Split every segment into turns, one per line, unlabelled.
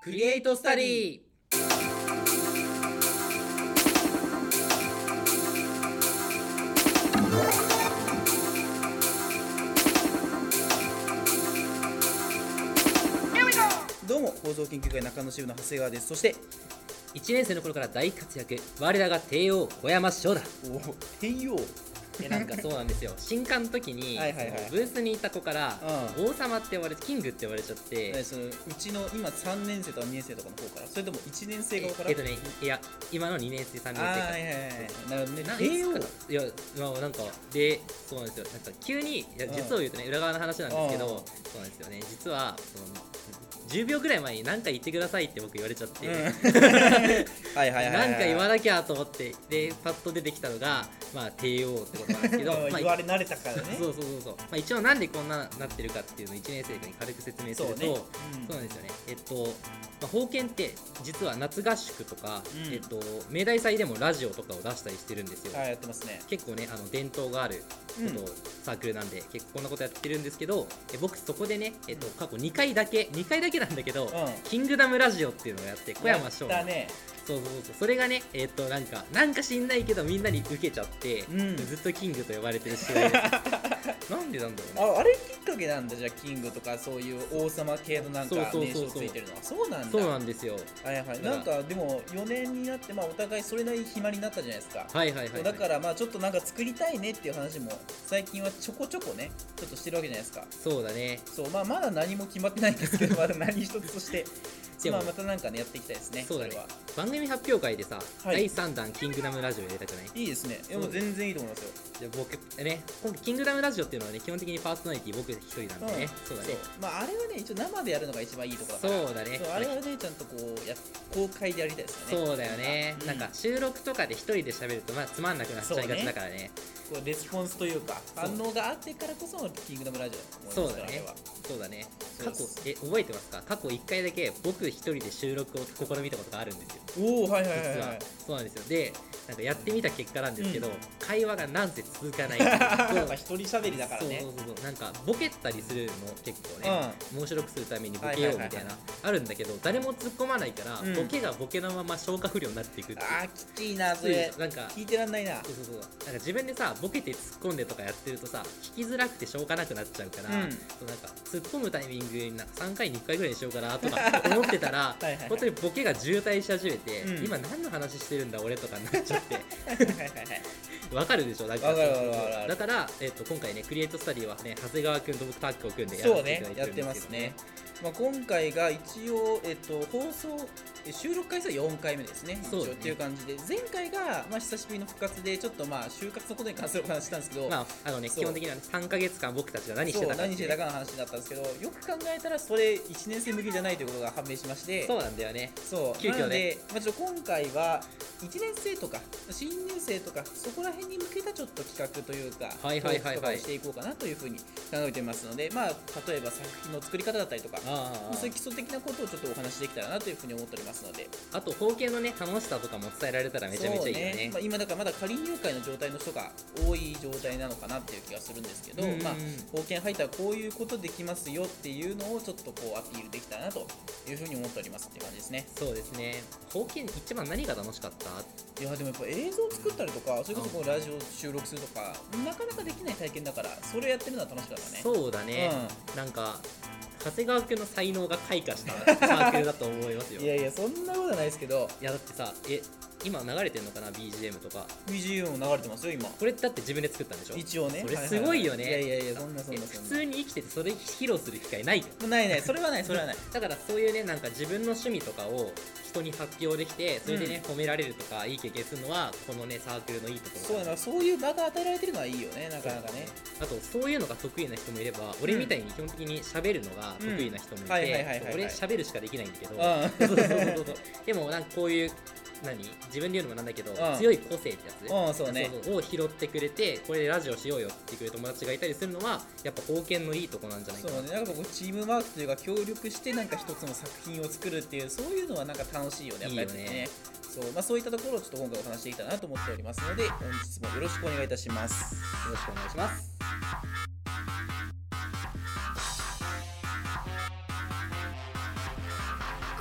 クリエイトスタディどうも構造研究会中野支部の長谷川ですそして
1年生の頃から大活躍我らが帝王小山翔 だ
お天王
でなんかそうなんですよ新刊の時に、
はいはいはい
そのブースにいた子から、
う
王様って呼ばれてキングって呼ばれちゃって、
えそのうちの今3年生とか2年生とかの方からそれとも1年生側から
えっとねいや今の2年生3
あーは
年
いはいはいなるほどね
生か
帝王
なんいつからいやまあなんかでそうなんですよなんか急にいや
うん
実を言うとね、裏側の話なんですけど、
うん
そうなんですよね実はその10秒ぐらい前に何か言ってくださいって僕言われちゃって、
うん、はいはいはいはい
なんか言わなきゃと思ってでパッと出てきたのがまあ帝王ってことなんですけ ど
うん
まあ
言われ慣れたからね
そうそうそうそう、まあ、一応なんでこんななってるかっていうのを1年生に軽く説明すると
そう
そう,、
ね
なんですよねえっと、まあ、封建って実は夏合宿とか、
うん
えっと、明大祭でもラジオとかを出したりしてるんですよ、
うんはいやってますね
結構ねあの伝統がある
うん
ことをサークルなんで、結構こんなことやってるんですけどえ僕そこでね、えっと、過去2回だけ2回だけなんだけど、
う
キングダムラジオっていうのをやって小山翔
や
の
ったね
そうそうそうそれがねえっ、となんかなんか知んないけどみんなに受けちゃって、
うん
ずっとキングと呼ばれてる試合です なんでなんだろうね
ああれきっかけなんだじゃあキングとかそういう王様系のなんか
そう
名
そうそう
称つ
そう
いてるのはそうなんだ
そうなんですよ
はいはい
だ
な
から
んかでも4年になってまあお互いそれなりに暇になったじゃないですか
はいはいはい、はい、
だからまあちょっとなんか作りたいねっていう話も最近はちょこちょこねちょっとしてるわけじゃないですか
そうだね
そうまあまだ何も決まってないんですけどまだ何一つ として
でも
まあまたなんかねやっていきたいですね
そうだね
これは
番組発表会でさ、
は
第
い
3弾「キングダムラジオ」入れたじゃない
いいですねで
う
も全然いいと思いますよ
じゃあ僕ね今回キングダムラジオっていうのはね基本的にパーソナリティ僕一人なんでね、そうだね
まああれはね一応生でやるのが一番いいところだから
そうだね
そうあれはねちゃんとこうや公開でやりたいですよね
そうだよね、
うん
なんか収録とかで一人で喋るとまあつまんなくなっちゃいがちだからね
こうレスポンスというか
そう
反応があってからこそのキングダムラジオだと思いますか
そう
ら
だね
あれは
そうだね
そう
過
で
去
す
え覚えてますか過去1回だけ僕一人で収録を試みたことがあるんですよ
おおはいはいはい
実
は
はいそうなんですよでなんかやってみた結果なんですけど、
うん
会話がなんせ続かない
やっぱ一人喋りだからね
そうそうそうそうなんかボケたりするの結構ね、面白くするためにボケようみたいな、
はいはいはいはい
あるんだけど誰も突っ込まないから、
うん
ボケがボケのまま消化不良になっていくっていう
あーきついなそ
そうい
れ
うなんか
聞いてらんないな
そうそうそうなんか自分でさボケて突っ込んでとかやってるとさ聞きづらくてしょうがなくなっちゃうから、
うん
そうなんか突っ込むタイミングになんか3回に1回ぐらいにしようかなとか思ってたら
い はいはい
本当にボケが渋滞し始めて、
うん
今何の話してるんだ俺とかになっちゃって
はいはいはいはい
わかるでしょなんか
わかるわかるわかる
だから、えっと今回ねクリエイトスタディはね長谷川君と僕タッグを組んでやらせていただいてるんですけど、
そうねやってまあ、今回が一応、えっと、放送え収録回数は4回目ですね一
そう
応
だね
っていう感じで前回が、まあ、久しぶりの復活でちょっとまあ就活のことに関するお話したんですけど、
まああのね
そう
基本的には3か月間僕たちが何してたか
そう何しててたかの話だったんですけどよく考えたらそれ1年生向きじゃないということが判明しまして
そうなんだよね
そう
急遽ね
なので、まあ、ちょっと今回は1年生とか新入生とかそこら辺に向けたちょっと企画というか
はいはいはいはい
トークとかをしていこうかなというふうに考えてますので、まあ、例えば作品の作り方だったりとか
あ
そういう基礎的なことをちょっとお話しできたらなというふうに思っておりますので
あと方形のね楽しさとかも伝えられたらめちゃめちゃいいよ
そう
ね
まあ、今だからまだ仮入会の状態の人が多い状態なのかなっていう気がするんですけど、
うんうんうん
まあ、保険入ったらこういうことできますよっていうのをちょっとこうアピールできたらなというふうに思っておりますっていう感じですね
そうですね方形一番何が楽しかった
いやでもやっぱ映像を作ったりとかそれこそこうラジオ収録するとかなかなかできない体験だからそれをやってるのは楽しかったね
そうだね、なんか長谷川君の才能が開花したサークルだと思いますよ
いやいやそんなことはないですけど
いやだってさえ今流れてんのかな BGM とか
BGM も流れてますよ今
これだって自分で作ったんでしょ
一応ね
それすごいよね、
はははいいやいやいやそんなそんな
え
そんな
普通に生きててそれ披露する機会ないよ
ないないそれはないそれはない
だからそういうねなんか自分の趣味とかを人に発表できてそれでね、褒められるとかいい経験するのはこのねサークルのいいところ
そうだなそういう場が与えられてるのはいいよねなかなかね
あとそういうのが得意な人もいれば俺みたいに基本的に喋るのが得意な人もい
うんはいはいはいは
て
いはい
そう俺喋るしかできないんだけど
う
そうそうそうそう でもなんかこういう何自分で言うのもなんだけど
うん
強い個性ってやつ
んうんそうね
そうそうを拾ってくれてこれでラジオしようよって言ってくれる友達がいたりするのはやっぱ貢献のいいとこなんじゃない
そ
か
う
な
ねなんかこうチームワークというか協力してなんか一つの作品を作るっていうそういうのはなんか楽しいよねやっぱり
いい
ね
よね
そうまあ、そういったところをちょっと今回お話しできたらなと思っておりますので本日もよろしくお願いいたします
よろしくお願いします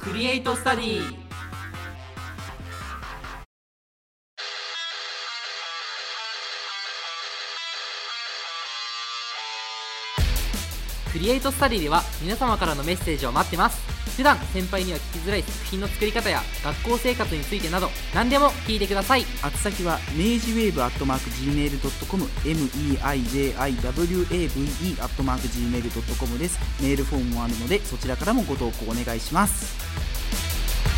ク
クリエイトスタディクリエイトスタディでは皆様からのメッセージを待ってます普段先輩には聞きづらい作品の作り方や学校生活についてなど何でも聞いてください
宛先は明治ウェーブアットマーク Gmail.com meijiwave アットマーク Gmail.com ですメールフォームもあるのでそちらからもご投稿お願いします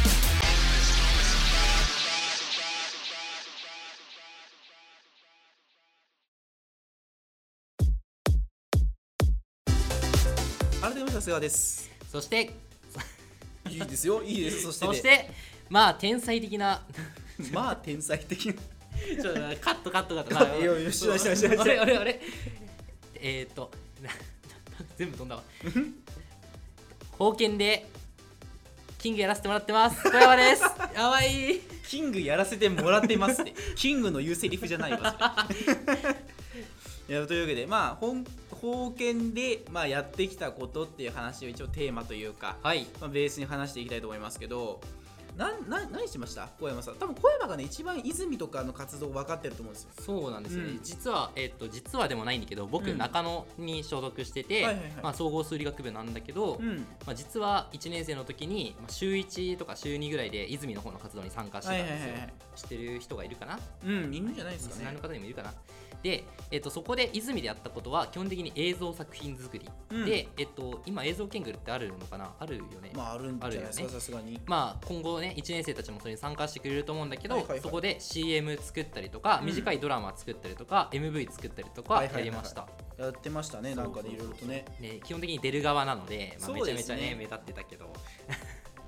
改めまして、世話です。
そして
いいですよ、いいです。そして、
そしてまあ天才的な
まあ天才的な。
ちょっとカットカットカット
カットいやいやしないしないしない
あれあれあれえー、っとなな全部飛んだわ貢献でキングやらせてもらってます小山 ですやばい
キングやらせてもらってますって。キングの言うセリフじゃないわ。それいやというわけで、まあ、本封建で、まあ、やってきたことっていう話を一応テーマというか、
はい
まあ、ベースに話していきたいと思いますけど、なんな何しました小山さん。多分小山がね、一番泉とかの活動分かってると思うんですよ。
そうなんですよね、
うん
実は、えっと実はでもないんだけど僕、
うん
中野に所属してて、
はいはいはい
まあ、総合数理学部なんだけど、
うん。
まあ、実は1年生の時にまあ週1とか週2ぐらいで泉の方の活動に参加してたんですよ、
はいはいはい
知ってる人がいるかな
うん、いるんじゃないで
リ
す
ス
か
ナー
ね
の。方にもいるかなで、えっとそこで泉でやったことは基本的に映像作品作り、
うん
で、えっと今映像研究ってあるのかなあるよね、まあ
まあ、あるんじゃないです
あるよ
か、
ね
さすがに。
今後ね1年生たちもそれに参加してくれると思うんだけど、
はいはいはい
そこで CM 作ったりとか、
うん
短いドラマ作ったりとか MV 作ったりと
は
か
いはいは
や
い
りました、
やってましたね、なんかね、
そ
いうろ
そうそう
いろとね。
ね、基本的に出る側なので、まあ、め
そう
ちゃ
で
め
す
ちゃ
ね
ね目立ってたけど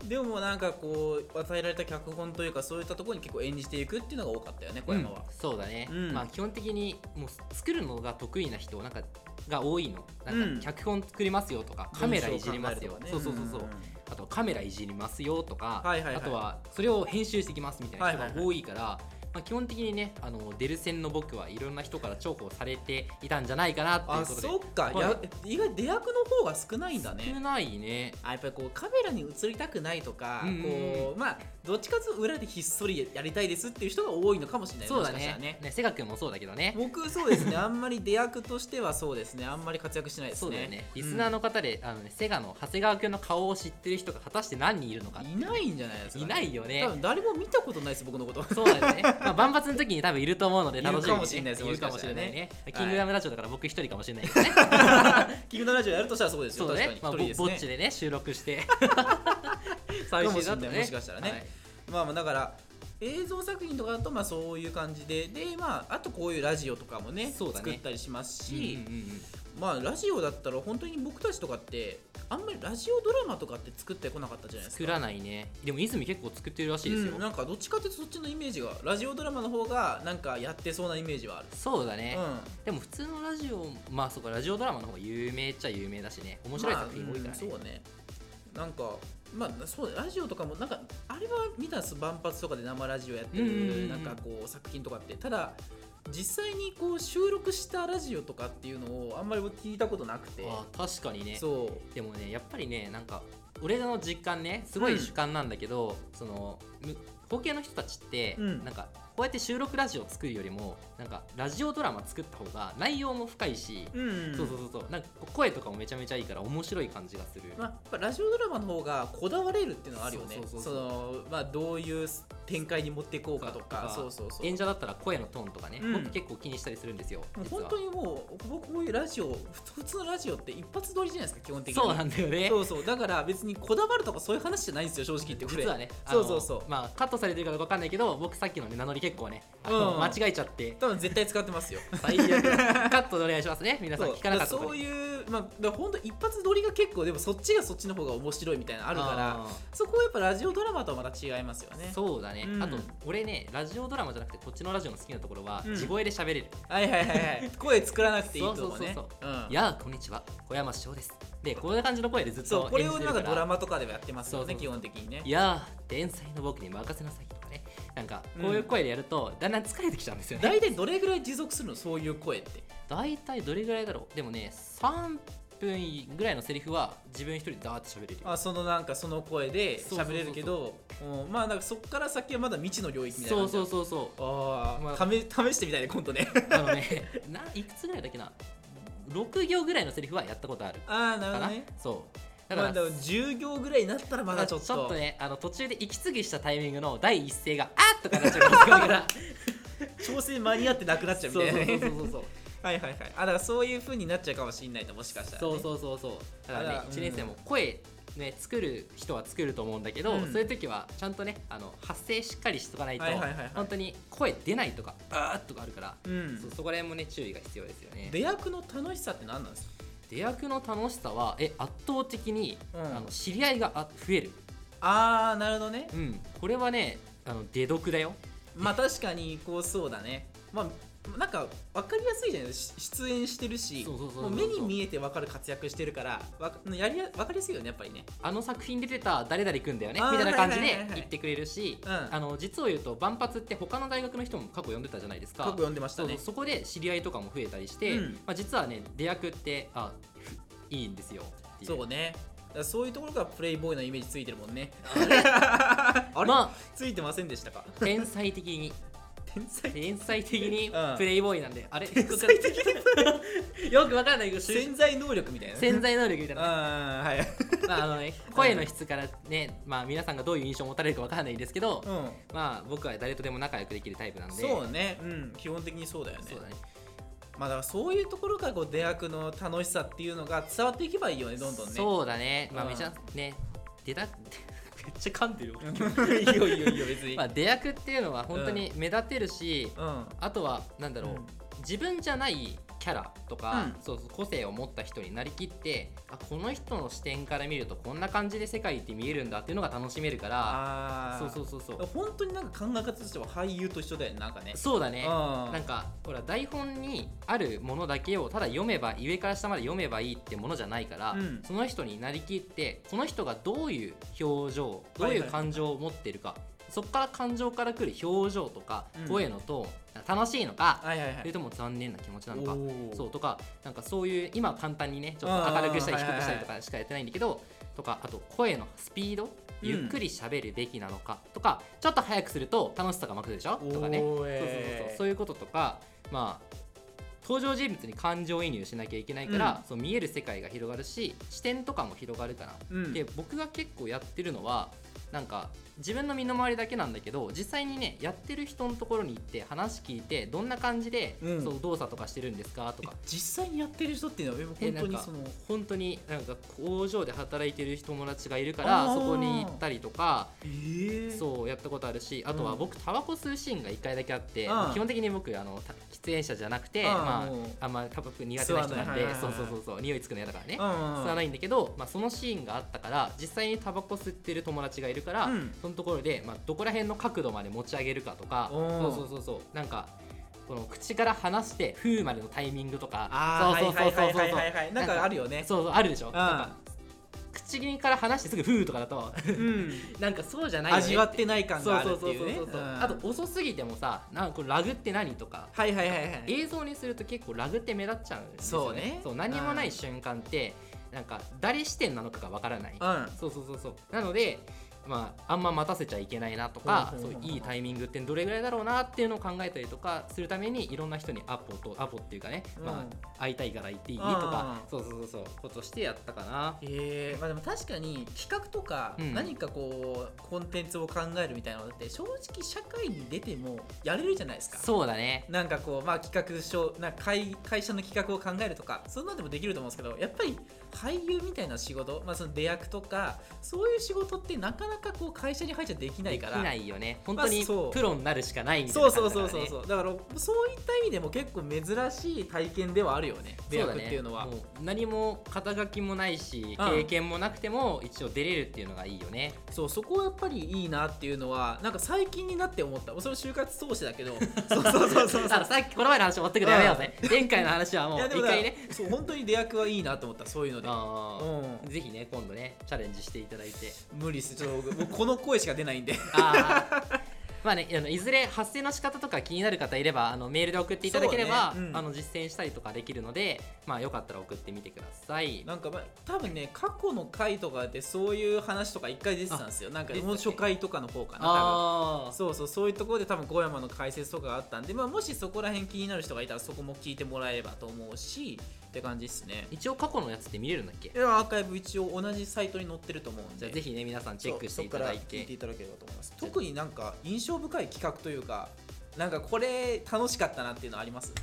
でもなんかこう与えられた脚本というかそういったところに結構演じていくっていうのが多かったよね小山は、
そうだね、
うん
まあ基本的にもう作るのが得意な人なんかが多いの
う
なん
ん
か脚本作りますよとか、カメラいじりますよ、そうそうそうそう、
う
あとカメラいじりますよとか、
はいはいはい
あとはそれを編集してきますみたいな人が多いから、まあ、基本的にねあのデル戦の僕はいろんな人から重宝されていたんじゃないかなっていう
あ
ことで
そっか、
はい
や意外出役の方が少ないんだ
少
ね
ないね
あやっぱりこうカメラに映りたくないとか、
うんうん
こうまあどっちかというと裏でひっそりやりたいですっていう人が多いのかもしれない
そうだ
もしかした
ね
ら
ねセガ君もそうだけどね
僕そうですねあんまり出役としてはそうですねあんまり活躍しないですね
そうだよね、リスナー
の、
の方であの、ね、セガの長谷川君の顔を知ってる人が果たして何人いるのか
いないんじゃないですか、
いないよね
多分誰も見たことないです僕のこと
そうだよね、まあ、万発の時に多分いると思うので
いる
楽しみ
かも
に
しれないです
いるかもしれない
もし
ね
かしたらね
キングダムラジオだから僕一人かもしれないけどね
キングダムラジオやるとしたらそうですよ
そうだね
確
ま
か
あ、ぼ
に一人ですね、
ぼっちでね収録して
か
寂
も
し
し
いだ
れない
と
もしかしたらねまあまあだから映像作品とかだとまあそういう感じででまああとこういうラジオとかもね
そうだね
作ったりします
うん
し、
うんうん
まあラジオだったら本当に僕たちとかってあんまりラジオドラマとかって作ってこなかったじゃないですか
作らないねでも泉結構作ってるらしいですよ、
うん、なんかどっちかっていうとそっちのイメージがラジオドラマの方がなんかやってそうなイメージはある、
そうだね、
う
でも普通のラジオまあそうかラジオドラマの方が有名っちゃ有名だしね面
ん、
白い作品多いから
まあ
ね、
うんそうねなんかまあそうラジオとかもなんかあれは見たんです万発とかで生ラジオやって
うんうんうんう
る
ん
なんかこう作品とかってただ実際にこう収録したラジオとかっていうのをあんまり聞いたことなくて
ああ確かにね
そう
でもねやっぱりねなんか俺の実感ねすごい主観なんだけど、そのむ後継の人たちって、
うん
なんかこうやって収録ラジオ作るよりもなんかラジオドラマ作った方が内容も深いし、
うん
そうそうそうそうなんか声とかもめちゃめちゃいいから面白い感じがする、
まあ、やっぱラジオドラマの方がこだわれるっていうのはあるよね
そうそうそう
そ
そう
のまあどういう展開に持っていこうかとか
そ
そううそうそう
演者だったら声のトーンとかね、
うん
僕結構気にしたりするんですよ
もう
実は
本当にもう僕こういうラジオ普通のラジオって一発撮りじゃないですか基本的に
そうなんだよね
そうそうだから別にこだわるとかそういう話じゃないんですよ正直言ってこれ
実はねあ
そ
の
うそうそう
まあカットされてるかどうかわかんないけど僕さっきのね名乗り結構ね、あの
うん
間違えちゃって
多分絶対使ってますよ
最悪 カットでお願いしますね皆さん
そう
聞かなかった
だ
こ
ら
と
そう
に
いうまあだから本当一発撮りが結構でもそっちがそっちの方が面白いみたいなのあるから
あー
そこはやっぱラジオドラマとはまた違いますよね
そうだね、
うん
あと俺ねラジオドラマじゃなくてこっちのラジオの好きなところは、
うん
地声で喋れる
はいはいはいはい声作らなくていいとこね
そうそう
うん
「やあこんにちは小山翔です」でこんな感じの声でずっ
そう
と
これ
演じ
を
て
な
るか
んかドラ
ら
マとかではやってます
そ
よね
うそう
基
そ
本的にね
「やあ天才の僕に任せなさい」とかねなんかこういう声でやると、だんだん疲れてきちゃうんですよね
大体どれぐらい持続するのそういう声って
大体どれぐらいだろうでもね3分ぐらいのセリフは自分一人でダーって喋れるよ
あそのなんかその声で
そうそうそうそう
喋れるけどうんまあなんかそっから先はまだ未知の領域みたい
そ
な
う
感じ
そうそうそ
あー、
まあ
ため試してみたいね今度ね
うあのね ないくつぐらいだっけな6行ぐらいのセリフはやったことある
ああな
か
るほど
な、
ね
そうだ
だ
か、
からら、まあ、10行ぐらいになったらまだちょっと
ちょっとねあの途中で息継ぎしたタイミングの第一声が「あっ!」とか なっちゃうから
調整間に合ってなくなっちゃうみたいな、ね、
そうそうそうそう
はいはいはいあだからそういう風になっちゃうかもしれないともしかしたら、ね、
そうそうそうそうだから
あ
ね
ら
1年生も声ね作る人は作ると思うんだけど、
うん
そういう時はちゃんとねあの発声しっかりしとかないと、
はいはいはいはい
本当に声出ないとかあーっとかあるから、
う、ん、
そそこら辺もね注意が必要ですよね
出役の楽しさって何なんですか
出役の楽しさはえ圧倒的に、
うん
あの知り合いがあ増える、
ああなるほどね
うん、これはねあの出読だよ
まあ確かにこうそうだねまあなんか分かりやすいじゃないですかし出演してるし
そうそうそうそ
も
う
う目に見えて分かる活躍してるからわかやりや分かりやすいよねやっぱりね
あの作品出てた誰々くんだよね
あー
みたいな感じ
はいはい
で
はいはい
言ってくれるし、
うん
あの実を言うと万発って他の大学の人も過去読んでたじゃないですか
過去読んでまし
そ
た
うそう
ね
そこで知り合いとかも増えたりして、
うん
まあ、実はね出役ってあいいんですよってい
そうねだからそういうところがプレイボーイのイメージついてるもんねあれ、
ま
ついてませんでしたか
あ天才的に
天才
天才的に
うん
プレイボーイなんで、あれ
天才的な
よくわかん ないけどしゅ
潜在能力みたいな
潜在能力みたいな、
あーはい
まああのね、声の質からね、まあ、皆さんがどういう印象を持たれるかわかんないんですけど、
うん
まあ僕は誰とでも仲良くできるタイプなんで
そうね、うん、基本的にそうだよね
そうだね
まあだからそういうところからこう出役の楽しさっていうのが伝わっていけばいいよねどんどんね
そうだね、まあ
うん
めちゃね、出た めっちゃ噛んでるよ。
いいよいいよいいよ別に、
まあ出役っていうのは本当に目立てるし、
うん
あとはなんだろう、
うん
自分じゃないキャラとか、
うん
そうそう個性を持った人になりきってあこの人の視点から見るとこんな感じで世界って見えるんだっていうのが楽しめるから
あ
そうそううそうそう
本当になんか考え方としては俳優と一緒だよねなんかね
そうだね
うん
なんかほら台本にあるものだけをただ読めば上から下まで読めばいいってものじゃないから、
うん
その人になりきってこの人がどういう表情どう
はいいうはい
感情を持ってるか、そこから感情からくる表情とか、
うん
声のトーン楽しいのか、
はいはいは
それ
い
とも残念な気持ちなのか
お
そう
う
とかなんかそういう今は簡単にねちょっと明るくしたり
あー
低くしたり
はい
と
は
かしかやってないんだけど、とかあと声のスピードゆっくり喋るべきなのか、とかちょっと早くすると楽しさが増すでしょとかね
おー
そうそうそうそう
えー
そういうこととかまあ登場人物に感情移入しなきゃいけないから、そう見える世界が広がるし視点とかも広がるから、
うん
で僕が結構やってるのはなんか自分の身の回りだけなんだけど実際にねやってる人のところに行って話聞いてどんな感じで、
うん
そう動作とかしてるんですかとか
実際にやってる人っていうのは
え
本
な
当
ん
に
か
その
本当になんか工場で働いてる友達がいるから
あー
そこに行ったりとか
えー
そうやったことあるしあとは
うん
僕タバコ吸うシーンが1回だけあって、
うん
基本的に僕あのた喫煙者じゃなくて
うん
ま
うん
あ、あんまタバコ苦手な人
吸わ
なん
ない
で
はいはいはい
そうそうそうそう匂いつくの嫌だからね、
うんうん
吸わないんだけど、まあ、そのシーンがあったから実際にタバコ吸ってる友達がいるから、
うん
そのところで、まあ、どこら辺の角度まで持ち上げるかとか
おー
そうそうそうそうなんかこの口から離して「ふう」までのタイミングとか
あー
そうそうそうそうそう
はいはいはいはいはいなんかあるよね
そうそうあるでしょ、
ん
なんか口から話してすぐ「ふう」とかだ と
うん
なんかそうじゃないよね
味わってない感
そう
があるっていうね
そうそうそうそう、
うん
あと遅すぎてもさなんかこれラグって何とか
はいはいはいはい
映像にすると結構ラグって目立っちゃうんですよね
そうね
そう何もない瞬間ってなんか誰視点なのかがわからない、
うん
そうそうそうそうなのでまあ、あんま待たせちゃいけないなとか、
うんうんうんうん
そういいタイミングってどれぐらいだろうなっていうのを考えたりとかするためにいろんな人にアポとアポっていうかね、ま
うん
あ、会いたいから行っていいとか、
うん
そうそうそうそうことしてやったかな
えーまあ、でも確かに企画とか
うん
何かこう、コンテンツを考えるみたいなのって正直社会に出てもやれるじゃないですか
そうだね
なんかこう、まあ、企画書なんか会会社の企画を考えるとかそんなんでもできると思うんですけどやっぱり俳優みたいな仕事、まあ、その出役とかそういう仕事ってなかなかこう会社に入っちゃできないから
できないよね本当に
まあそう
プロになるしかないみたい
そ
な
うそ
感
う
じだから、
そう
ね、
そうそうだからそういった意味でも結構珍しい体験ではあるよね出
そう
役
だ
っ
ね
ていうのは
もう何も肩書きもないし、
うん
経験もなくても一応出れるっていうのがいいよね
そうそこはやっぱりいいなっていうのはなんか最近になって思ったそれ就活通してだ けどそうそうそうそう
だからさっきこの前の話持ってくのやめようぜ、前回の話はも
いうやでも
一
だから
回ね
そう本当に出役はいいなと思ったそういうので、
あー
う
ぜひね今 度ねチャレンジしていただいて
ん、無理っすちょっと僕僕この声しか出ないんで
あまあね、あのいずれ発声の仕方とか気になる方いればあのメールで送っていただければ、
そうねうん
あの実践したりとかできるので、まあ、よかったら送ってみてください。
なんか、まあ、多分ね過去の回とかでそういう話とか一回出てたんですよなんかもう初回とかの方かな多分
あ
そうそうそういうところで多分小山の解説とかがあったんで、まあ、もしそこら辺気になる人がいたらそこも聞いてもらえればと思うしって感じですね
一応過去のやつって見れるんだっけ
いやアーカイブ一応同じサイトに載ってると思うん
じゃ
で
あぜひね皆さんチェックしていただ
そ
い
うそっから聞いて
て
いただければと思います
特になんか印象深い企画というかなんかこれ楽しかったなっていうのあります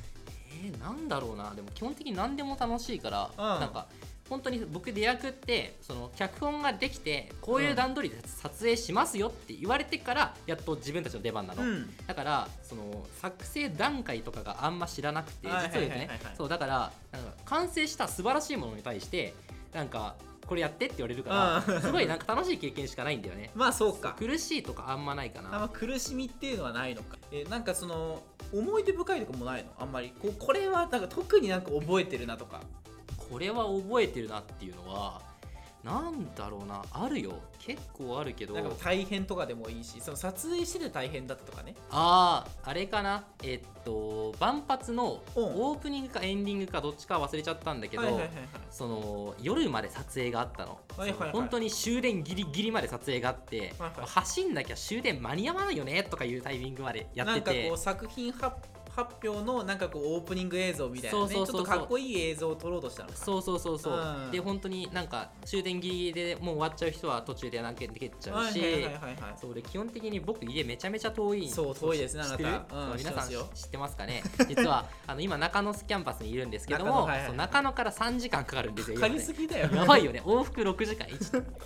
えー、なんだろうなでも基本的に何でも楽しいから、
うん
なんか本当に僕出役ってその脚本ができてこういう段取りで撮影しますよって言われてからやっと自分たちの出番なの、
ん
だからその作成段階とかがあんま知らなくて実
は
は
いは
で
い
す
はいはい
ねそうだからなんか完成した素晴らしいものに対してなんかこれやってって言われるか
う
ら
ん
すごいなんか楽しい経験しかないんだよね
まあそうか
苦しいとかあんまないか
あんま
な
苦しみっていうのはないのか、えーなんかその思い出深いとかもないのあんまりこうこれはなんか特になんか覚えてるなとか
これは覚えてるなっていうのはなんだろうなあるよ結構あるけど
なんか大変とかでもいいしその撮影してて大変だったとかね
あああれかなえっと万発の
うん
オープニングかエンディングかどっちかは忘れちゃったんだけど、その夜まで撮影があったの、
はいはいはい
その本当に終電ギリギリまで撮影があって、
はいはい
走んなきゃ終電間に合わないよねとかいうタイミングまでやって
なんか
て
こう作品発発表のなんかこうオープニング映像みたいな
そ
ね
うそうそうそう
ちょっとかっこいい映像を撮ろうとしたのか
そうそうそうそう、
うん
で本当になんか終電ギリギリでもう終わっちゃう人は途中でなんかできちゃうし、
はいはいはいはいはい
そうで基本的に僕家めちゃめちゃ遠い
そう遠いですね
知
あ
っ
な
て
た
る、
うん
そう
知って
皆さ
ま
ん
すよ
知ってますかね実 はあの今中野キャンパスにいるんですけど
中野
も
はいはいはい
そう中野から3時間かかるんですよ
か
今
り
ね
すぎだよね
やばいよね往復6時間一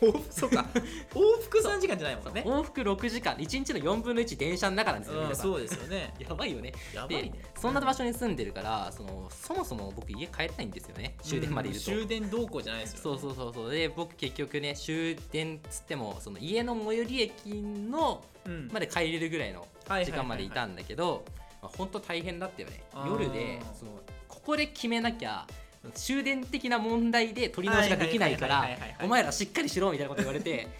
往復 そうか往復3時間じゃないもんね
往復6時間1日の4分の1電車の中なんですよ、
う
皆
ん
さん
そうですよね
やばいよね
やば
で
いね
そんな場所に住んでるからそのそもそも僕家帰れないんですよね終電までいると、
うん終電どうこうじゃないですよね
そうそうそうそうで僕結局ね終電っつってもその家の最寄り駅の
うん
まで帰れるぐらいの
はいはいはいはい
時間までいたんだけどまあ本当大変だったよね
あー
夜でそのここで決めなきゃ終電的な問題で取り直しができないか
は
ら
いはいはいはいはいはい
お前らしっかりしろみたいなこと言われて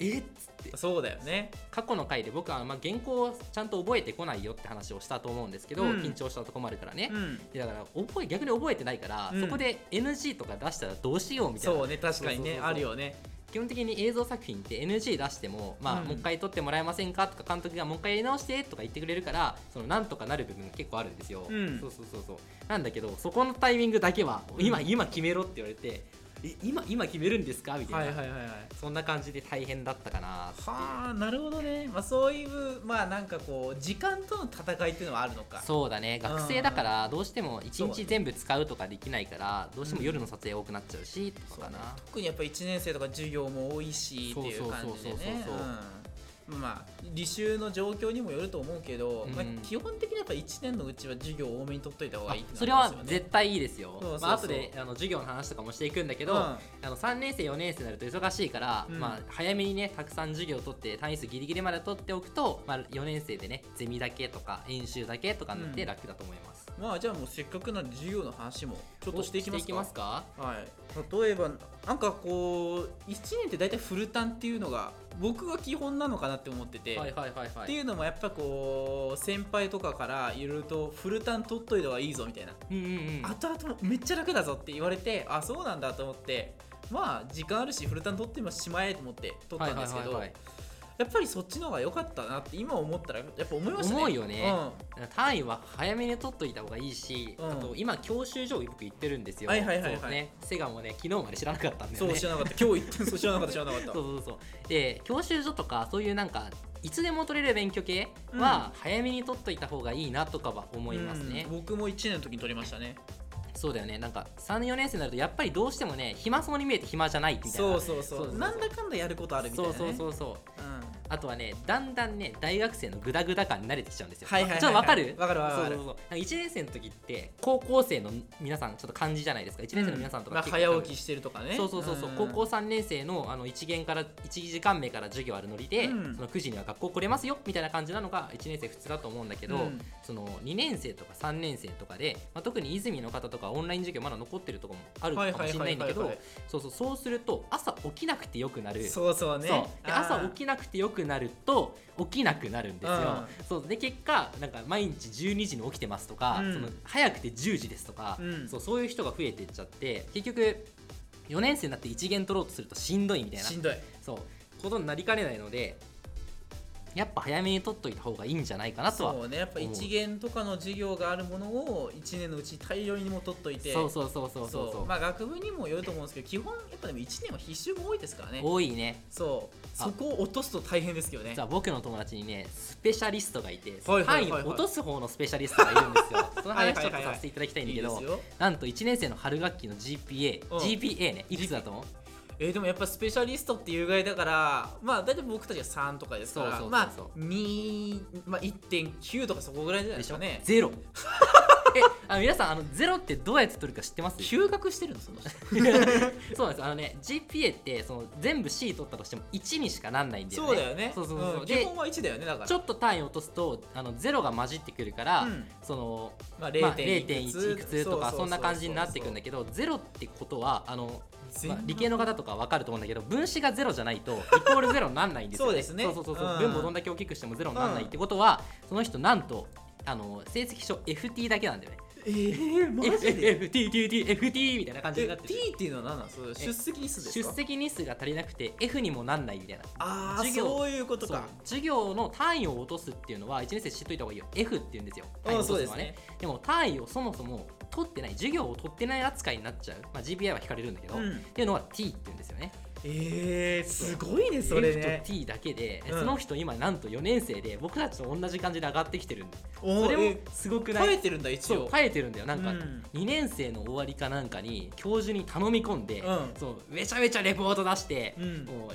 えっつって
そうだよね
過去の回で僕はまあ原稿をちゃんと覚えてこないよって話をしたと思うんですけど、
うん
緊張したとこもあるからね、
うん
でだから覚え逆に覚えてないから、
うん
そこで NG とか出したらどうしようみたいな
そうね確かにね
そうそうそう
あるよね
基本的に映像作品って NG 出しても、まあ
うん
もう一回撮ってもらえませんかとか監督がもう一回やり直してとか言ってくれるからそのなんとかなる部分が結構あるんですよ、
うん
そうそうそうそうなんだけどそこのタイミングだけは今、
うん
今決めろって言われてえ今今決めるんですかみたいな、
いはいはい
そんな感じで大変だったかなっていう
はあなるほどね、まあ、そういうまあなんかこう時間との戦いっていうのはあるのか
そうだね学生だからどうしても1日全部使うとかできないからどうしても夜の撮影多くなっちゃうしとかかな、
特にやっぱ1年生とか授業も多いしっていう感じで
そうそうそう
ね
そうそう
うんまあ履修の状況にもよると思うけど、
うん
まあ、基本的にやっぱ1年のうちは授業を多めに取っといた方がいいって
あ
な
そ
り
れ
ま
は
すよね
絶対いいですよ
そうそうそう
まあ後であの授業の話とかもしていくんだけど、
うん
あの3年生4年生になると忙しいから、
うん
まあ、早めにねたくさん授業を取って単位数ギリギリまで取っておくと、まあ、4年生でねゼミだけとか演習だけとかになって楽だと思います、
まあじゃあもうせっかくなんで授業の話もちょっとしていきますか
か
はい、例えばなんかこう1年って大体フルタンっていうのが僕が基本なのかなって思ってて、
はいはいはいは
っ
い
ていうのもやっぱこう先輩とかからいろいろとフルタン取っといた方がいいぞみたいな、
うんうんうん
後々もめっちゃ楽だぞって言われてあそうなんだと思ってまあ時間あるしフルタン取ってもしまえと思って取ったんですけ
はいは
ど、
いはいはい
やっぱりそっちの方が良かったなって今思ったらやっぱ思いましたね
思うよね単位は早めに取っといた方がいいし、
うん
あと今教習所僕行ってるんですよ
はいはいはいはい
そうねセガもね昨日まで知らなかったん
うん、
だよ
そう
ね
知らなかった今日行ってそう知らなかった知らなかった
そうそうそうで教習所とかそういうなんかいつでも取れる勉強系は早めに取っといた方がいいなとかは思いますね、
うん僕も1年の時に取りましたね
そうだよねなんか34年生になるとやっぱりどうしてもね暇そうに見えて暇じゃないみたいな
そうそうそう
そうそうそう
なんだかんだやることあるみたいな、ね、
そうそう
う、
そうそう
うん、
あとはねだんだんね大学生のグダグダ感に慣れてきちゃうんですよ、
はいはいはいはい
ちょっとわかる
わかるわかる
そうそうそうなんか1年生の時って高校生の皆さんちょっと漢字じゃないですか1年生の皆さんとか
まあ、
結構
早起きしてるとかね
そうそうそうそう、
ん
高校3年生のあの1限から1時間目から授業あるノリで、
うん
その9時には学校来れますよみたいな感じなのが1年生普通だと思うんだけど、
うん
その2年生とか3年生とかで、まあ、特に泉の方とかオンライン授業まだ残ってるとこもあるかもしれないんだけ
はい
ど
はいはいはいはい
そうそうそうすると朝起きなくてよくなる。
そうそうね
そうで朝
あー
起きなくてよくくなると起きなくなるんですよ、
う
そうで結果なんか毎日12時に起きてますとか、
うん
その早くて10時ですとか、
うん
そうそういう人が増えていっちゃって結局4年生になって1限取ろうとするとしんどいみたいな
しんどい
そうことになりかねないのでやっぱ早めに取っといた方がいいんじゃないかなとは
そうねやっぱ
思う
一元とかの授業があるものを1年のうちに大量にも取っといて
そうそうそうそうそう
そうまあ学部にもよると思うんですけど基本やっぱでも1年は必修が多いですからね
多いね
そう
あ
そこを落とすと大変ですけどね
実は僕の友達にねスペシャリストがいて
はいはいはいはい
範囲を落とす方のスペシャリストがいるんです よその話ちょっとさせていただきたいんだ
いい
け
で
ど
すよ
なんと1年生の春学期の GPA、
うん
GPA ねいくつだと思う
えーでもやっぱスペシャリストっていうぐらいだからまあ大体僕たちは3とかですから
そうそうそうそう
まあ2、まあ、1.9とかそこぐらいじゃないですかね
ゼロえあ皆さんあのゼロってどうやって取るか知ってます
休学してるのその人
そうなんですあのね GPA ってその全部 C 取ったとしても1にしかなんないんだよね
そうだよね
そうそうそう、
ん
で
基本は1だよねだから
ちょっと単位落とすとあのゼロが混じってくるから、
うん
そのま
まあ
あ、
0.1
0.1いくつとかそんな感じになってくるんだ
け
けどゼロってことはあの、
全
まあ
然
理系の方とかわかると思うんだけど分子がゼロじゃないとイコールゼロにならないんですよ、ね、
そうですね
そうそうそうそう
うん
分母どんだけ大きくしてもゼロにならないってことは、その人なんとあの成績書 FT だけなんだよね
えー、マジで
FTTTFT みたいな感じにな
え
って
T
る
っていうのは何なんその出席日数です
出
か
席日数が足りなくて F にもなんないみたいな
ああ
授業
そういうことか
そう授業の単位を落とすっていうのは1年生知っといた方がいいよ F って言うんですよ単位を
あ
落
そ
とす
うで
の
す
は
ね
ねでも単位をそもそも取ってない授業を取ってない扱いになっちゃう、まあ、GPI は引かれるんだけど、
う
っ
ん
ていうのは T って言うんですよね
えー、すごいねそれ
F
ね
と T だけで、
うん
その人今なんと4年生で僕たちと同じ感じで上がってきてるんだ
お
それ
ー
も
え
すごくな
耐え
い
てるんだ一
そう
応
耐えてるんだよなんか、
うん
2年生の終わりかなんかに教授に頼み込んで、
うん
そうめちゃめちゃレポート出して、
うん
もう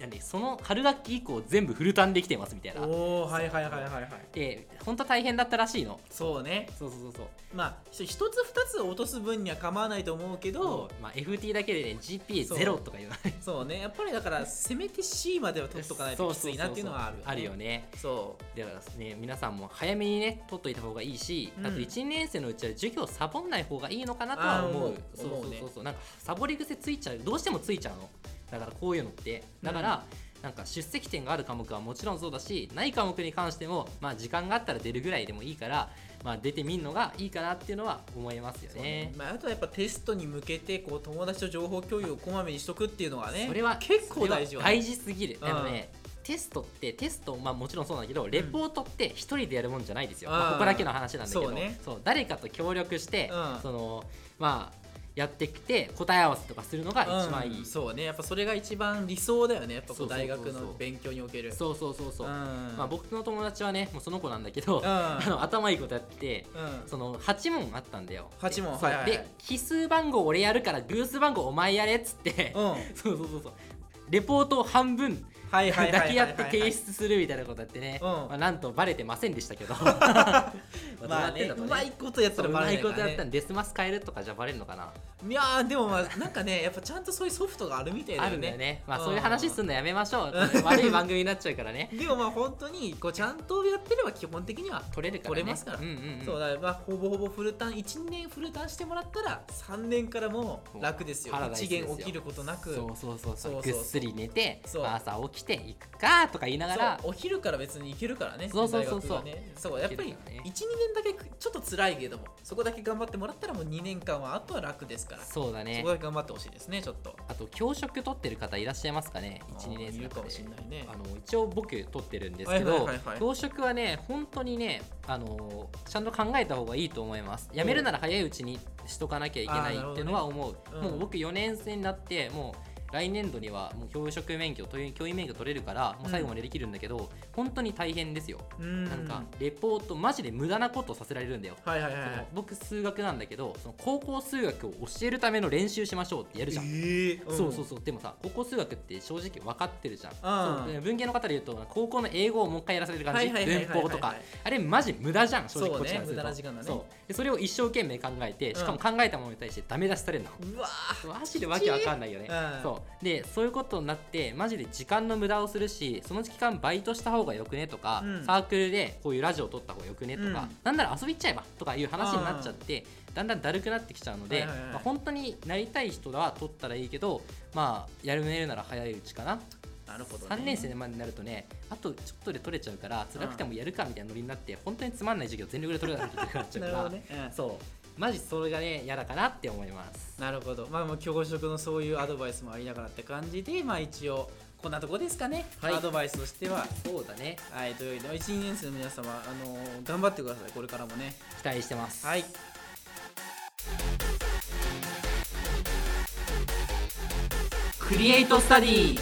何その春学期以降全部フルターンできてますみたいな
おおはいはいはいはいはい
で本当は大変だったらしいの
そうね
そうそうそうそう
まあひ一つ二つ落とす分には構わないと思うけど、
まあ、FT だけで、ね、
そう
GPA0 とか言わない
そうねやっぱりだからせめて C までは取っとかないときついなっていうのはある
そうそうそうそうあるよ
ね
ね
そ
だからね皆さんも早めにね取っといた方がいいし、
うん
あと1年生のうちは授業サボんない方がいいのかなとは思
あー
う
思う
そうそう
思うね
そうそうなんかサボり癖ついちゃうどうしてもついちゃうのだからこういうのってだから、なんか出席点がある科目はもちろんそうだしない科目に関しても、まあ、時間があったら出るぐらいでもいいから、まあ、出てみるのがいいかなっていうのは思いますよ
うそうね
ね。
まあ、あとはやっぱテストに向けてこう友達と情報共有をこまめにしとくっていうのはね
それは
結構大事よ、
そ
ね、
れは大事すぎる、
うん
あのねテストってテストまあもちろんそうなんだけどレポートって一人でやるもんじゃないですよ、
うん
まあここだけの話なんだけど
そうね
そう誰かと協力して、
うん
そのまあやってきて答え合わせとかするのが一番いい、
うん
そ
そうねやっぱそれが一番理想だよねやっぱこ
そう
う
そうそう
大
そう
学の勉強における
うそうそうそう、
ん
まあ僕の友達はねもうその子なんだけど、
うん
あの頭いいことやってて
うん
その8問あったんだよ
八問
でそう
はいはいはい
で奇数番号俺やるから偶数番号お前やれっつって、
うん
そうそうそうそうレポートを半分
はいはいはいはい
だ
はい
けやって提出するみたいなことやってね、
うん
まあ、なんとバレてませんでした けど
まあねうまいことやっ
そ
たら
うう
バレ
ま
ないいか
こ
ら
とやった
ね
んデスマス変えるとかじゃバレるのかな、
いやーでもまあなんかねやっぱちゃんとそういうソフトがあるみたい だ
あ
よね
るんだよねまあ
うん
そういう話すんのやめましょう悪い番組になっちゃうからね
でもまあ本当にこうちゃんとやってれば基本的には
取れるからね
取れますから
うんうんうん
そうだからまあほぼほぼフルターン1年フルターンしてもらったら3年からもう楽ですよ
もうパラダイス
1
ですよ
限起きることなく
そうそうそうそう
そうそうそう
ぐっすり寝て、
そう
まあ朝起きて行くかとか言いながら
そうお昼から別に行けるからね
そうそうそうそう
大学はねそうやっぱり
行けるからね
12年だけちょっと辛いけどもそこだけ頑張ってもらったらもう2年間はあとは楽ですからそ
そうだね
こだけ頑張ってほしいですねちょっと
あと教職取ってる方いらっしゃいますかね
あー
12年生
い
の中
るか
で
もしれないね
あの一応僕取ってるんですけど、
はいはいはいはい
教職はね本当にねあのちゃんと考えた方がいいと思います辞めるなら早いうちにしとかなきゃいけない
あー
っていうのは思う、
ほどね
も
う
うん僕4年生になってもう来年度にはもう教職免許という教員免許取れるからもう最後までできるんだけど、本当に大変ですよ、
うん
なんかレポートマジで無駄なことさせられるんだよ、
はいはいはい
そ
は
の
い
僕数学なんだけどその高校数学を教えるための練習しましょうってやるじゃん、そうそう
そ
そうでもさ高校数学って正直分かってるじゃん
あー
そうで文系の方で言うと高校の英語をもう一回やらされる感
は
じ
いはいはいはい
文
はい
法とかあれマジ無駄じゃん正直
そうね
こっちからすると
無駄な時間だね
そうでそれを一生懸命考えてしかも考えたものに対してダメ出しされるの、
うわー
マジでわけわかんないよね、
うん
そうでそういうことになってマジで時間の無駄をするしその期間バイトした方がよくねとか、
うん
サークルでこういうラジオを撮った方がよくねとか、
うん
なんなら遊び行っちゃえばとかいう話になっちゃってだんだんだるくなってきちゃうので、
はいはいはい
まあ、本当になりたい人は撮ったらいいけどまあやるめるなら早いうちかな
あなるほど、ね、
3年生までになるとねあとちょっとで取れちゃうから辛くてもやるかみたいなノリになって本当につまんない授業全力で取れなきゃいけなくなっちゃう
な
か
る
ら
ほどね、うん
そうマジそれがね嫌だかなって思います
なるほどまあもう教職のそういうアドバイスもありながらって感じでまあ一応こんなとこですかね、
はい
アドバイスとしては
そうだね
はいというわけで1 2年生の皆様あのー頑張ってくださいこれからもね
期待してます
はい
クリエイトスタディ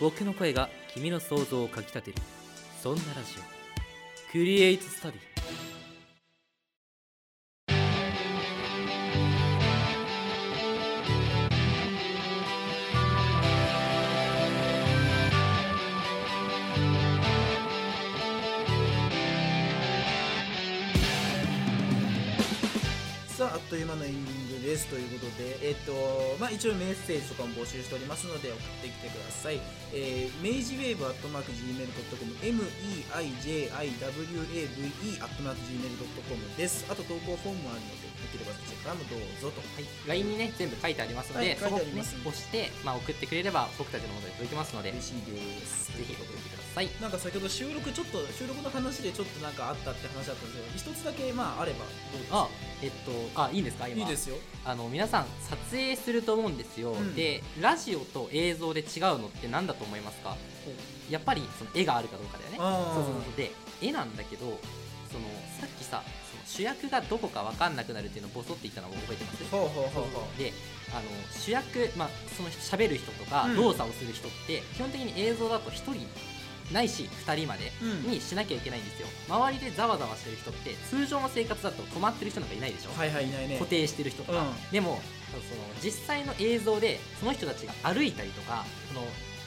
僕の声が君の想像をかきたてるそんなラジオクリエイトスタディ
さああっという間のエンディングですということでえっとまあ一応メッセージとかも募集しておりますので送ってきてください、えー、明治ウェーブアットマーク Gmail.com MEIJIWAVE アットマーク Gmail.com ですあと投稿フォームもあるのでできればそちらからもどうぞと
はい、LINE にね全部書いてありますので、
はい書いてありま
そ
す
こをね押して、まあ、送ってくれれば僕たちのもとで届きますのでぜ
嬉しいです
ひ送ってください
なんか先ほど収録ちょっと収録の話でちょっとなんかあったって話だったんですけど一つだけまああればどうですか
あえっとあいいんですか今
いいですよ
あの皆さん撮影すると思うんですよ、
うん
でラジオと映像で違うのって何だと思いますかやっぱりその絵があるかどうかだよね
あー
そうそうそうで絵なんだけどそのさっきさその主役がどこか分かんなくなるっていうのをボソって言ったのを覚えてます
ほうほうほうほ
であの主役、まあ、その人喋る人とか
うん
動作をする人って、基本的に映像だと1人ないし2人まで
ううん
にしなきゃいけないんですよ周りでざわざわしてる人って通常の生活だと止まってる人なんかいないでしょ、
はいはいいないね
固定してる人とか、
うん
でもその実際の映像でその人たちが歩いたりとかその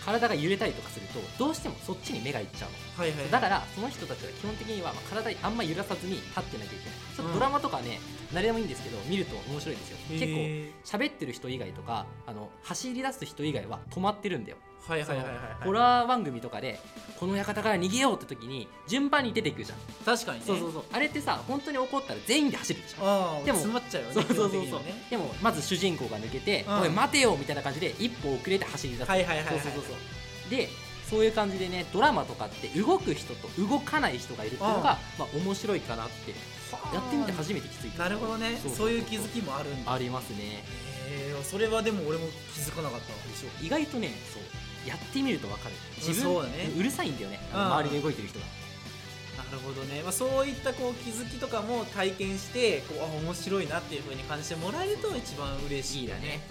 体が揺れたりとかするとどうしてもそっちに目がいっちゃうの
はいはい
だからその人たちは基本的にはまあ体あんま揺らさずに立ってなきゃいけないちょっとドラマとかね、誰でもいいんですけど見ると面白いですよ結構
へ
喋ってる人以外とかあの走り出す人以外は止まってるんだよ、
ーはいはいはいはいはい
ホラー番組とかでこの館から逃げようって時に順番に出てくるじゃん、
確かにね
そうそうそうあれってさ本当に怒ったら全員で走るでしょ
ああ
でも
詰まっちゃうよね
そうそうそう
基
そう
本的にはね
でもまず主人公が抜けて「
うん
おい待てよ」みたいな感じで一歩遅れて走り出す、
はいはいはいは
そう
い
そうそうそうでそういう感じでねドラマとかって動く人と動かない人がいるっていうのがまあ、面白いかなってやってみて初めて気づいた
なるほど
そうそ
ね
うそう
そういう気づきもあるんだ
ありますね
へーそれはでも俺も気づかなかったわでしょ
意外とねそうやってみると分かる自分
そうだね
うるさいんだよねあの
うん
周りで動いてる人が
なるほどね、まあ、そういったこう気づきとかも体験してこうあ面白いなっていう風に感じてもらえると一番嬉しいよ
いい
ね
ね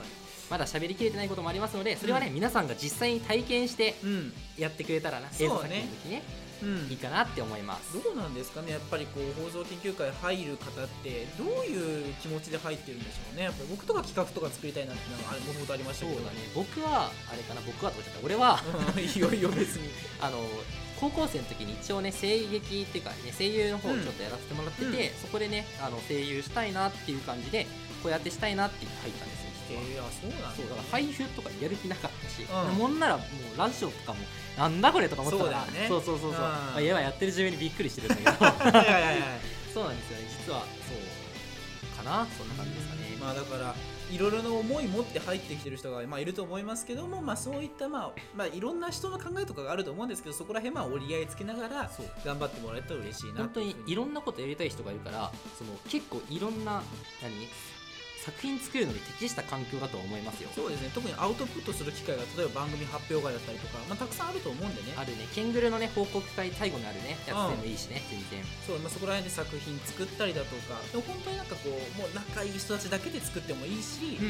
まだ喋りきれてないこともありますのでそれはね、皆さんが実際に体験して
やっぱりうん
やってくれたらな
そうね
映像作品の時ね
うん
いいかなって思います
どうなんですかねやっぱりこう放送研究会入る方ってどういう気持ちで入ってるんでしょうねやっぱり僕とか企画とか作りたいなっていうのはあれもともとありました
そう
けど
だね僕はあれかな僕はとか言っちゃった俺は
うん いいよいいよ別に
あの高校生の時に一応ね声劇っていうか、ね、声優の方をちょっとやらせてもらってて、
うんうん
そこでねあの声優したいなっていう感じでこうやってしたいなって言って入ったんですよ
え
実は
ー、あそうなんだ
そうだから俳優とかやる気なかったし、
うん
もんならもうラジオとかもなんだこれとか思ってたから
そうだよね
そうそうそうそう
うん
まあ、今やってる自分にびっくりしてるんだ けどそ
はいはいはいはいう
なんですよね実はそうかなそんな感じですかね、
まあだからいろいろな思い持って入ってきてる人が、まあ、いると思いますけども、まあ、そういった、まあまあ、いろんな人の考えとかがあると思うんですけどそこら辺まあ折り合いつけながら
そう
頑張ってもらえたら嬉しいな
本当にい
ろ
ろんなことやりたい人がいるからその結構いろんな何作品作るのに適した環境だとは思いますよ
そうですね特にアウトプットする機会が例えば番組発表会だったりとか、まあ、たくさんあると思うんでね
あるねケングルのね報告会最後にあるねやつでもいいしね全然
そう、まあ、そこら辺で作品作ったりだとかでも本当になんかこうもう仲いい人たちだけで作ってもいいし、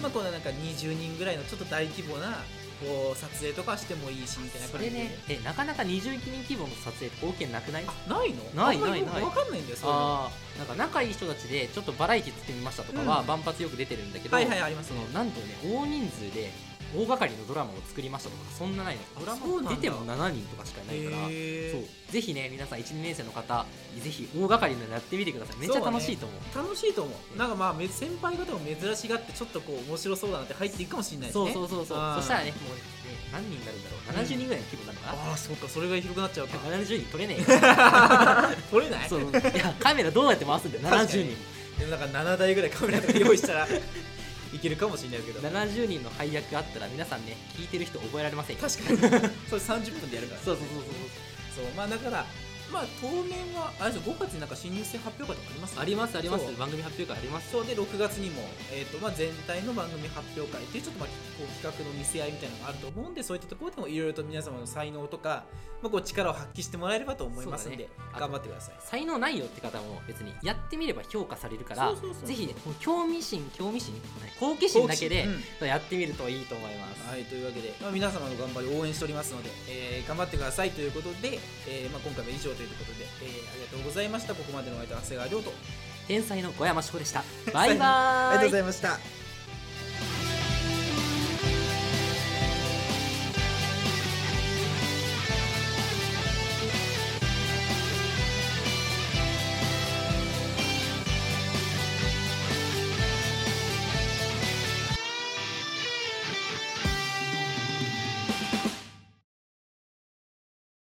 まあ、このなんか20人ぐらいのちょっと大規模なこう撮影とかしてもいいしみたいな
そ
感じ
れ
で
ねえなかなか20人規模の撮影って OK なくない
あないの
ない
あんまり
ないない
わかんないんだよそれ
あーなんか仲いい人たちでちょっとバラエティ作りましたとかは
うん
万発よく出てるんだけど、
はいはいあります
そ
ね
のなんとね大人数で大掛かりのドラマを作りましたとかそんなないのドラ
そうなん
マ
だ
出ても7人とかしかいないから
へー
そうぜひね皆さん1、2年生の方ぜひ大掛かりのやってみてくださいめっちゃ楽しいと思う
楽しいと思うなんかまあめ先輩方も珍しがってちょっとこう面白そうだなって入っていくかもしれないです
そう,、
ね
そうそうそう
あー
そしたらねもうね何人になるんだろう70人ぐらいの規模になるのかな、
ああそうかそれぐらい広くなっちゃう か
いや70人取れねえよ
取れ ない
そういやカメラどうやって回すんだよ
確かに
70人
でもなんか7台ぐらいカメラとか用意し たらいけるかもしれないけど
70人の配役があったら皆さんね聞いてる人覚えられませんよ
確かに それ30分でやるから
そうそうそうそう
そうまあだからまあ当面はあれですよ5月になんか新入生発表会とかあります
ありますあります
そう
番組発表会あります
そうで6月にも、えーとまあ、全体の番組発表会っていうちょっとまあこう企画の見せ合いみたいなのがあると思うんでそういったところでもいろいろと皆様の才能とか、まあ、こう力を発揮してもらえればと思いますんで、
そうだね
頑張ってください
才能ないよって方も別にやってみれば評価されるから
そうそうそう
ぜひねこの興味心興味心好奇心だけで
好奇心
やってみるといいと思います、
はいというわけで、まあ、皆様の頑張りを応援しておりますので、えー頑張ってくださいということで、えーまあ、今回は以上ということで、えーありがとうございましたここまでのお相手は長谷川亮と
天才の小山翔でしたバイバーイ
ざいました